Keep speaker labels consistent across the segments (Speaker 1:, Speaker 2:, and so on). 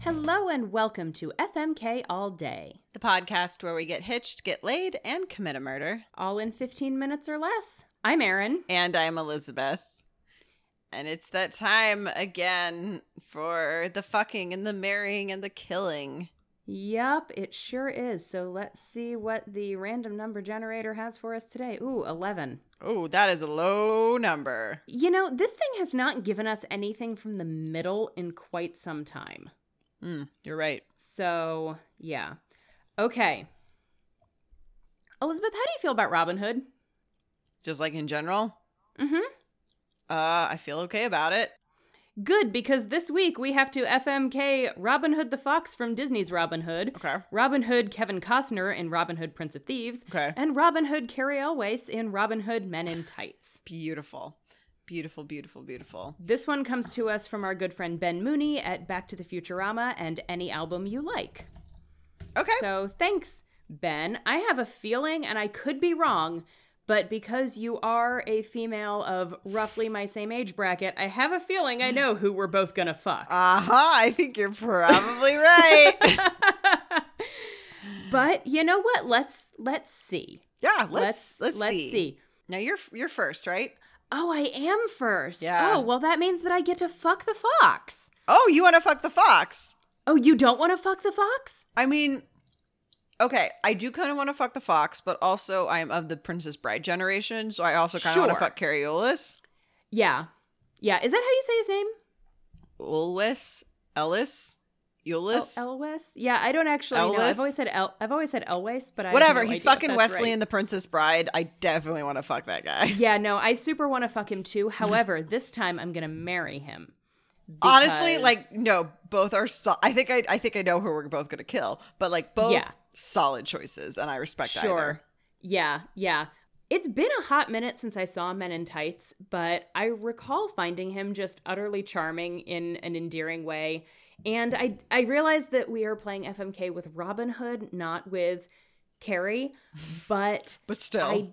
Speaker 1: Hello and welcome to FMK All Day,
Speaker 2: the podcast where we get hitched, get laid, and commit a murder.
Speaker 1: all in 15 minutes or less. I'm Erin.
Speaker 2: And I'm Elizabeth. And it's that time again for the fucking and the marrying and the killing.
Speaker 1: Yup, it sure is. So let's see what the random number generator has for us today. Ooh, 11.
Speaker 2: Oh, that is a low number.
Speaker 1: You know, this thing has not given us anything from the middle in quite some time.
Speaker 2: Mm, you're right.
Speaker 1: So, yeah. Okay. Elizabeth, how do you feel about Robin Hood?
Speaker 2: Just like in general,
Speaker 1: Mm hmm.
Speaker 2: uh, I feel okay about it.
Speaker 1: Good, because this week we have to FMK Robin Hood the Fox from Disney's Robin Hood,
Speaker 2: Okay.
Speaker 1: Robin Hood Kevin Costner in Robin Hood Prince of Thieves,
Speaker 2: Okay.
Speaker 1: and Robin Hood Carrie Elways in Robin Hood Men in Tights.
Speaker 2: Beautiful. Beautiful, beautiful, beautiful.
Speaker 1: This one comes to us from our good friend Ben Mooney at Back to the Futurama and Any Album You Like.
Speaker 2: Okay.
Speaker 1: So thanks, Ben. I have a feeling, and I could be wrong, but because you are a female of roughly my same age bracket, I have a feeling I know who we're both gonna fuck.
Speaker 2: Uh huh. I think you're probably right.
Speaker 1: but you know what? Let's let's see.
Speaker 2: yeah. Let's let's, see.
Speaker 1: let's see.
Speaker 2: Now you're you're first, right?
Speaker 1: Oh, I am first.
Speaker 2: Yeah.
Speaker 1: Oh, well, that means that I get to fuck the fox.
Speaker 2: Oh, you want to fuck the fox?
Speaker 1: Oh, you don't want to fuck the fox?
Speaker 2: I mean, okay, I do kind of want to fuck the fox, but also I am of the Princess Bride generation, so I also kind of want
Speaker 1: Sure.
Speaker 2: to fuck Cariolis,
Speaker 1: Yeah. Yeah. Is that how you say his name?
Speaker 2: Ulwis, Ellis, Eulis,
Speaker 1: El- Elwes? Yeah, I don't actually know.
Speaker 2: Elwes?
Speaker 1: I've always said El- I've always said Elwes, but I have
Speaker 2: whatever.
Speaker 1: no
Speaker 2: He's
Speaker 1: idea if
Speaker 2: fucking
Speaker 1: that's
Speaker 2: Wesley
Speaker 1: right.
Speaker 2: in the Princess Bride. I definitely want to fuck that guy.
Speaker 1: Yeah, no, I super want to fuck him too. However, this time I'm gonna marry him.
Speaker 2: Honestly,
Speaker 1: Because-
Speaker 2: like no, both are. So- I think I, I think I know who we're both gonna kill, but like both
Speaker 1: Yeah.
Speaker 2: solid choices, and I respect
Speaker 1: sure.
Speaker 2: either.
Speaker 1: Yeah, yeah. It's been a hot minute since I saw Men in Tights, but I recall finding him just utterly charming in an endearing way. And I I realized that we are playing FMK with Robin Hood, not with Carrie, but
Speaker 2: But still,
Speaker 1: I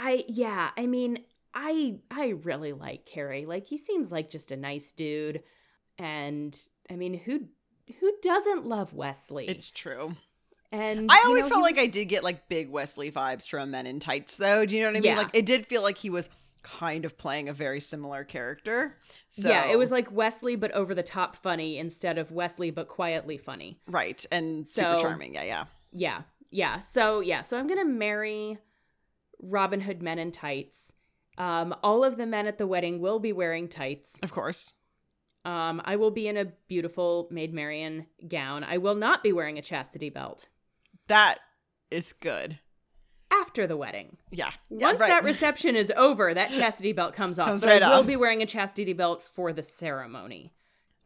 Speaker 1: I yeah, I mean, I I really like Carrie. Like he seems like just a nice dude and I mean, who who doesn't love Wesley?
Speaker 2: it's true.
Speaker 1: and
Speaker 2: I
Speaker 1: you
Speaker 2: always
Speaker 1: know, he
Speaker 2: felt like
Speaker 1: was-
Speaker 2: I did get like big Wesley vibes from Men in Tights, though. Do you know what I mean?
Speaker 1: Yeah.
Speaker 2: Like it did feel like he was kind of playing a very similar character. So
Speaker 1: Yeah, it was like Wesley but over the top funny instead of Wesley but quietly funny.
Speaker 2: right and super
Speaker 1: So-
Speaker 2: charming. Yeah, yeah.
Speaker 1: Yeah. Yeah. So, yeah. So I'm going to marry Robin Hood men in tights. Um, all of the men at the wedding will be wearing tights.
Speaker 2: Of course.
Speaker 1: Um, I will be in a beautiful Maid Marian gown. I will not be wearing a chastity belt
Speaker 2: That is good.
Speaker 1: after the wedding.
Speaker 2: Yeah. Yeah,
Speaker 1: Once
Speaker 2: right.
Speaker 1: that reception is over, that chastity belt comes off.
Speaker 2: Comes
Speaker 1: but
Speaker 2: right
Speaker 1: I will
Speaker 2: off.
Speaker 1: be wearing a chastity belt for the ceremony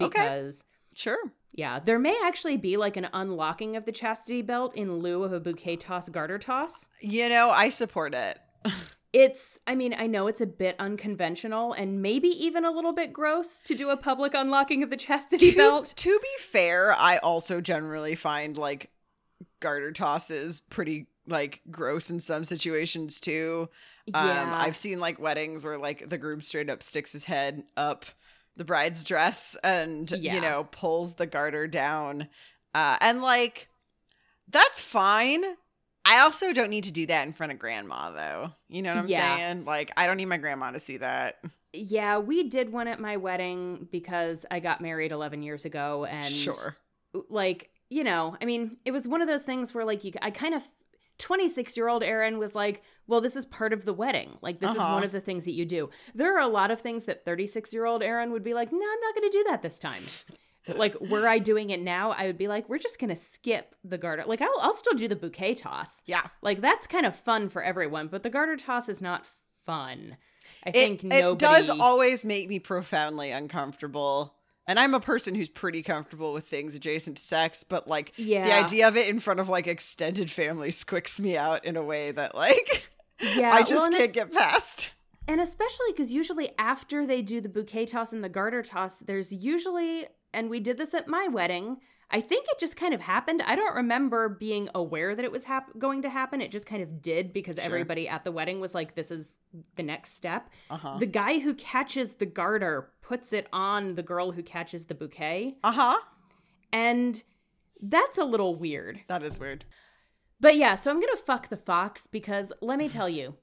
Speaker 2: Okay.
Speaker 1: because
Speaker 2: sure.
Speaker 1: Yeah, there may actually be like an unlocking of the chastity belt in lieu of a bouquet toss garter toss.
Speaker 2: You know, I support it.
Speaker 1: It's, I mean, I know it's a bit unconventional and maybe even a little bit gross to do a public unlocking of the chastity
Speaker 2: To,
Speaker 1: belt.
Speaker 2: to be fair, I also generally find like garter tosses pretty like gross in some situations too. Um,
Speaker 1: yeah,
Speaker 2: I've seen like weddings where like the groom straight up sticks his head up the bride's dress and
Speaker 1: Yeah.
Speaker 2: you know pulls the garter down, uh, and like that's fine. I also don't need to do that in front of grandma though. You know what I'm
Speaker 1: Yeah.
Speaker 2: saying? Like I don't need my grandma to see that.
Speaker 1: yeah, we did one at my wedding because I got married 11 years ago and
Speaker 2: sure.
Speaker 1: like you know i mean it was one of those things where like you i kind of 26 year old Erin was like, Well, this is part of the wedding. Like, this is
Speaker 2: Uh-huh.
Speaker 1: one of the things that you do. There are a lot of things that 36 year old Erin would be like, No, I'm not going to do that this time. like, were I doing it now, I would be like, We're just going to skip the garter. Like, I'll, I'll still do the bouquet toss.
Speaker 2: Yeah.
Speaker 1: Like, that's kind of fun for everyone, but the garter toss is not fun. I
Speaker 2: It,
Speaker 1: think nobody.
Speaker 2: it does always make me profoundly uncomfortable. And I'm a person who's pretty comfortable with things adjacent to sex, but like
Speaker 1: yeah.
Speaker 2: the idea of it in front of like extended family squicks me out in a way that like
Speaker 1: Yeah.
Speaker 2: I just
Speaker 1: well, and
Speaker 2: can't
Speaker 1: it's-
Speaker 2: get past.
Speaker 1: And especially because usually after they do the bouquet toss and the garter toss, there's usually, and we did this at my wedding. I think it just kind of happened. I don't remember being aware that it was hap- going to happen. It just kind of did because
Speaker 2: Sure.
Speaker 1: everybody at the wedding was like, this is the next step.
Speaker 2: Uh huh.
Speaker 1: The guy who catches the garter puts it on the girl who catches the bouquet.
Speaker 2: Uh huh.
Speaker 1: And that's a little weird.
Speaker 2: That is weird.
Speaker 1: But yeah, so I'm going to fuck the fox because let me tell you,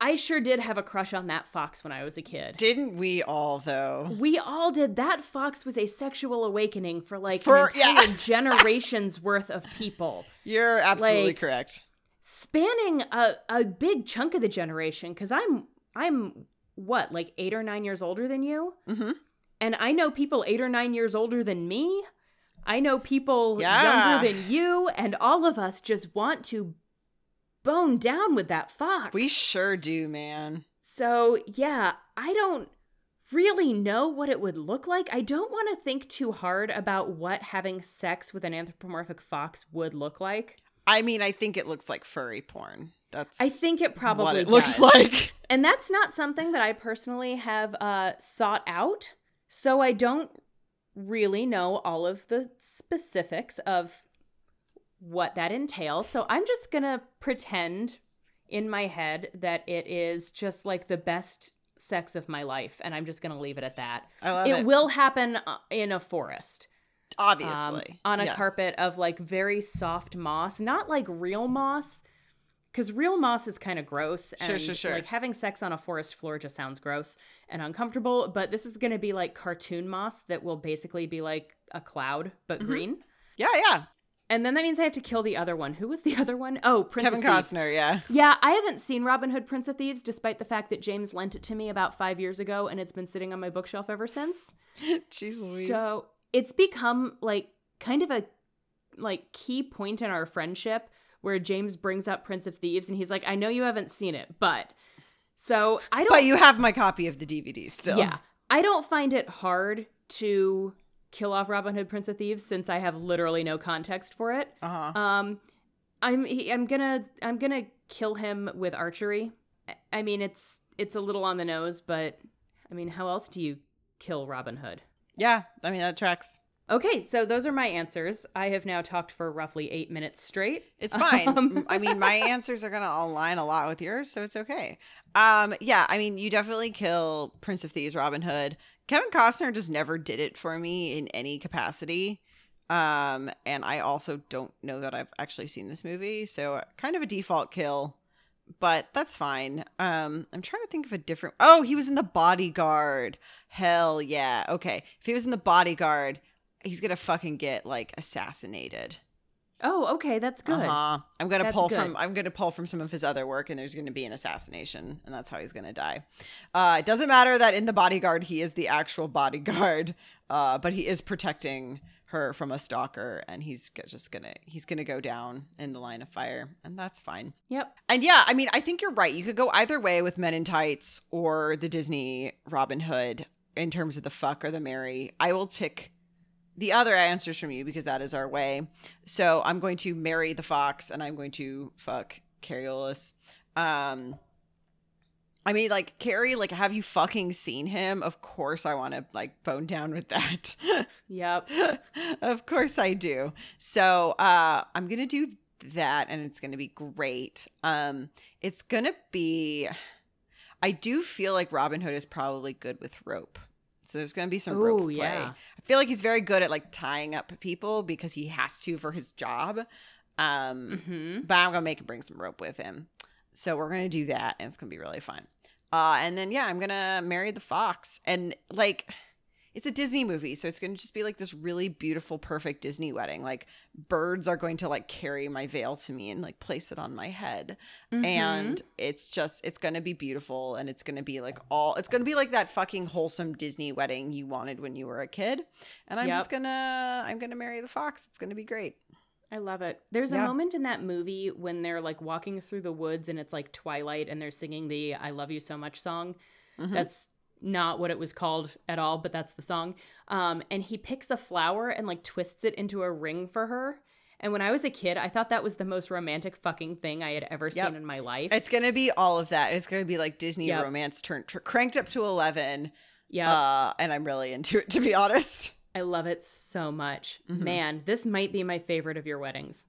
Speaker 1: I sure did have a crush on that fox when I was a kid.
Speaker 2: Didn't we all though?
Speaker 1: We all did. That fox was a sexual awakening for like
Speaker 2: For-
Speaker 1: an entire
Speaker 2: yeah.
Speaker 1: generation's worth of people,
Speaker 2: You're absolutely
Speaker 1: Like-
Speaker 2: correct.
Speaker 1: spanning a, a big chunk of the generation. Because I'm I'm what like eight or nine years older than you,
Speaker 2: hmm
Speaker 1: and I know people eight or nine years older than me. I know people
Speaker 2: Yeah.
Speaker 1: younger than you, and all of us just want to bone down with that fox.
Speaker 2: We sure do, man.
Speaker 1: So, yeah, I don't really know what it would look like. I don't want to think too hard about what having sex with an anthropomorphic fox would look like.
Speaker 2: I mean, I think it looks like furry porn. That's
Speaker 1: I think it probably
Speaker 2: what it
Speaker 1: does.
Speaker 2: looks like.
Speaker 1: And that's not something that I personally have uh, sought out. So I don't really know all of the specifics of what that entails. So I'm just going to pretend in my head that it is just like the best sex of my life. And I'm just going to leave it at that.
Speaker 2: I love
Speaker 1: it,
Speaker 2: it.
Speaker 1: will happen uh, in a forest um,
Speaker 2: obviously
Speaker 1: on a
Speaker 2: Yes.
Speaker 1: carpet of like very soft moss, not like real moss, because real moss is kind of gross. And,
Speaker 2: Sure, sure, sure.
Speaker 1: Like having sex on a forest floor just sounds gross and uncomfortable. But this is going to be like cartoon moss that will basically be like a cloud but
Speaker 2: Mhm.
Speaker 1: green.
Speaker 2: Yeah, yeah.
Speaker 1: And then that means I have to kill the other one. Who was the other one? Oh, Prince
Speaker 2: Kevin
Speaker 1: of Thieves.
Speaker 2: Costner. Yeah.
Speaker 1: Yeah, I haven't seen Robin Hood Prince of Thieves, despite the fact that James lent it to me about five years ago, and it's been sitting on my bookshelf ever since.
Speaker 2: Jeez Louise.
Speaker 1: So it's become like kind of a like key point in our friendship where James brings up Prince of Thieves and he's like, I know you haven't seen it, but so I don't
Speaker 2: but you have my copy of the DVD still.
Speaker 1: Yeah. I don't find it hard to kill off Robin Hood Prince of Thieves since I have literally no context for it.
Speaker 2: Uh-huh.
Speaker 1: Um I'm he, I'm gonna I'm gonna kill him with archery. I- I mean it's it's a little on the nose, but I mean how else do you kill Robin Hood?
Speaker 2: Yeah. I mean, that tracks.
Speaker 1: Okay, so those are my answers. I have now talked for roughly eight minutes straight.
Speaker 2: It's fine.
Speaker 1: Um,
Speaker 2: I mean, my answers are going to align a lot with yours, so it's okay. Um, yeah, I mean, you definitely kill Prince of Thieves, Robin Hood. Kevin Costner just never did it for me in any capacity. Um, and I also don't know that I've actually seen this movie, so kind of a default kill, but that's fine. Um, I'm trying to think of a different. Oh, he was in The Bodyguard. Hell yeah. Okay. If he was in The Bodyguard, he's going to fucking get like assassinated.
Speaker 1: Oh, okay, that's good.
Speaker 2: Uh-huh. I'm gonna
Speaker 1: That's
Speaker 2: pull
Speaker 1: good.
Speaker 2: from I'm gonna pull from some of his other work, and there's gonna be an assassination, and that's how he's gonna die. Uh, it doesn't matter that in the bodyguard he is the actual bodyguard, uh, but he is protecting her from a stalker, and he's g- just gonna he's gonna go down in the line of fire, and that's fine.
Speaker 1: Yep.
Speaker 2: And yeah, I mean, I think you're right. You could go either way with Men in Tights or the Disney Robin Hood in terms of the fuck or the marry. I will pick the other answers from you because that is our way. So I'm going to marry the fox and I'm going to fuck Carolus. Um I mean like Carrie, like have you fucking seen him? Of course I want to like bone down with that.
Speaker 1: Yep.
Speaker 2: of course I do. So uh, I'm gonna do that, and it's gonna be great. Um, it's gonna be. I do feel like Robin Hood is probably good with rope. So there's gonna be some rope
Speaker 1: Ooh,
Speaker 2: play.
Speaker 1: yeah.
Speaker 2: I feel like he's very good at like tying up people because he has to for his job. Um,
Speaker 1: Mm-hmm.
Speaker 2: but I'm gonna make him bring some rope with him. So we're gonna do that, and it's gonna be really fun. Uh, and then yeah, I'm gonna marry the fox, and like, it's a Disney movie, so it's gonna just be like this really beautiful, perfect Disney wedding. Like birds are going to like carry my veil to me and like place it on my head,
Speaker 1: Mm-hmm.
Speaker 2: and it's just it's gonna be beautiful, and it's gonna be like all it's gonna be like that fucking wholesome Disney wedding you wanted when you were a kid. And I'm
Speaker 1: Yep.
Speaker 2: just gonna I'm gonna marry the fox. It's gonna be great.
Speaker 1: I love it. There's a
Speaker 2: Yeah.
Speaker 1: moment in that movie when they're like walking through the woods and it's like twilight and they're singing the I Love You So Much song.
Speaker 2: Mhm.
Speaker 1: That's not what it was called at all, but that's the song. Um, and he picks a flower and like twists it into a ring for her. And when I was a kid, I thought that was the most romantic fucking thing I had ever
Speaker 2: Yep.
Speaker 1: seen in my life.
Speaker 2: It's gonna be all of that. It's gonna be like Disney
Speaker 1: Yep.
Speaker 2: romance turned tr- cranked up to eleven.
Speaker 1: yeah.
Speaker 2: Uh, and I'm really into it to be honest.
Speaker 1: I love it so much.
Speaker 2: Mhm.
Speaker 1: Man, this might be my favorite of your weddings.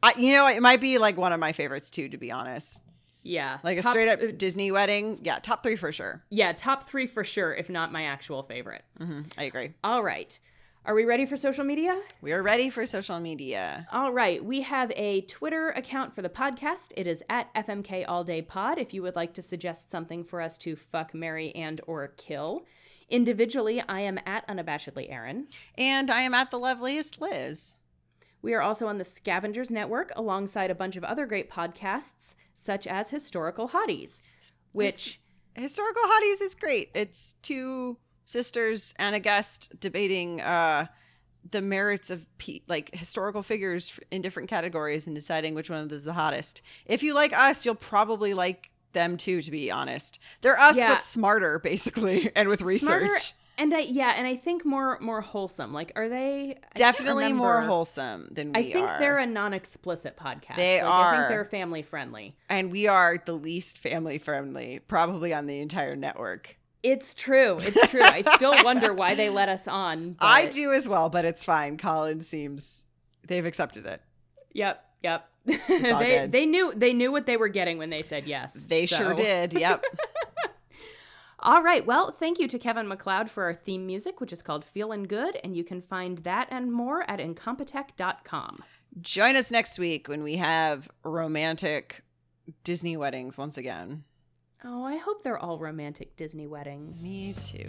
Speaker 2: I, you know, it might be like one of my favorites too. To be honest,
Speaker 1: Yeah.
Speaker 2: like a
Speaker 1: Top-
Speaker 2: straight up
Speaker 1: uh,
Speaker 2: Disney wedding. Yeah, top three for sure.
Speaker 1: Yeah, top three for sure, if not my actual favorite.
Speaker 2: hmm I agree.
Speaker 1: All right. Are we ready for social media?
Speaker 2: We are ready for social media.
Speaker 1: All right. We have a Twitter account for the podcast. It is at FMK All Day Pod if you would like to suggest something for us to fuck, marry, and or kill. Individually, I am at unabashedly Aaron.
Speaker 2: And I am at the loveliest Liz.
Speaker 1: We are also on the Scavengers Network alongside a bunch of other great podcasts, such as Historical Hotties, which
Speaker 2: Historical Hotties is great. It's two sisters and a guest debating uh the merits of pe- like historical figures f- in different categories and deciding which one of them is the hottest. If you like us, you'll probably like them too. To be honest, they're us
Speaker 1: Yeah.
Speaker 2: but smarter, basically, and with research.
Speaker 1: Smarter and I yeah, and I think more more wholesome. Like, are they I can't
Speaker 2: Definitely more
Speaker 1: remember.
Speaker 2: wholesome than we
Speaker 1: I think
Speaker 2: are.
Speaker 1: they're a non-explicit podcast.
Speaker 2: They
Speaker 1: Like, I
Speaker 2: are.
Speaker 1: think they're family friendly.
Speaker 2: and we are the least family friendly, probably on the entire network.
Speaker 1: It's true. It's true. I still wonder why they let us on. But,
Speaker 2: I do as well, but it's fine. Colin seems they've accepted it.
Speaker 1: Yep. Yep.
Speaker 2: all
Speaker 1: they
Speaker 2: good.
Speaker 1: they knew they knew what they were getting when they said yes.
Speaker 2: They sure
Speaker 1: so-
Speaker 2: did. Yep.
Speaker 1: All right. Well, thank you to Kevin McLeod for our theme music, which is called Feelin' Good, and you can find that and more at incompetech.com.
Speaker 2: Join us next week when we have romantic Disney weddings once again.
Speaker 1: Oh, I hope they're all romantic Disney weddings.
Speaker 2: Me too.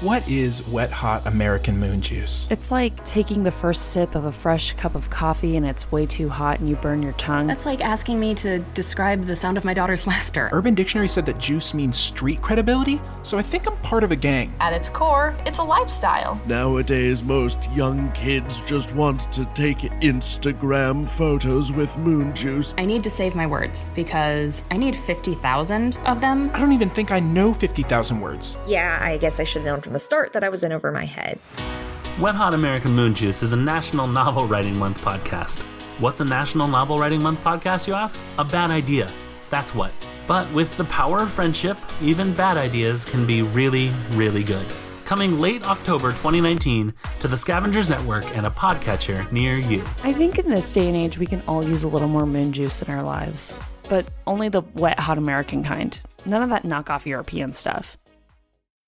Speaker 3: What is wet hot American moon juice?
Speaker 4: It's like taking the first sip of a fresh cup of coffee and it's way too hot and you burn your tongue.
Speaker 5: That's like asking me to describe the sound of my daughter's laughter.
Speaker 3: Urban Dictionary said that juice means street credibility, so I think I'm part of a gang.
Speaker 6: At its core, it's a lifestyle.
Speaker 7: Nowadays, most young kids just want to take Instagram photos with moon juice.
Speaker 5: I need to save my words because I need 50,000 of them.
Speaker 3: I don't even think I know 50,000 words.
Speaker 6: Yeah, I guess I should have known from the start that I was in over my head.
Speaker 8: Wet Hot American Moon Juice is a National Novel Writing Month podcast. What's a National Novel Writing Month podcast, you ask? A bad idea. That's what. But with the power of friendship, even bad ideas can be really, really good. Coming late October 2019 to the Scavengers Network and a podcatcher near you.
Speaker 4: I think in this day and age, we can all use a little more moon juice in our lives, but only the wet, hot American kind. None of that knockoff European stuff.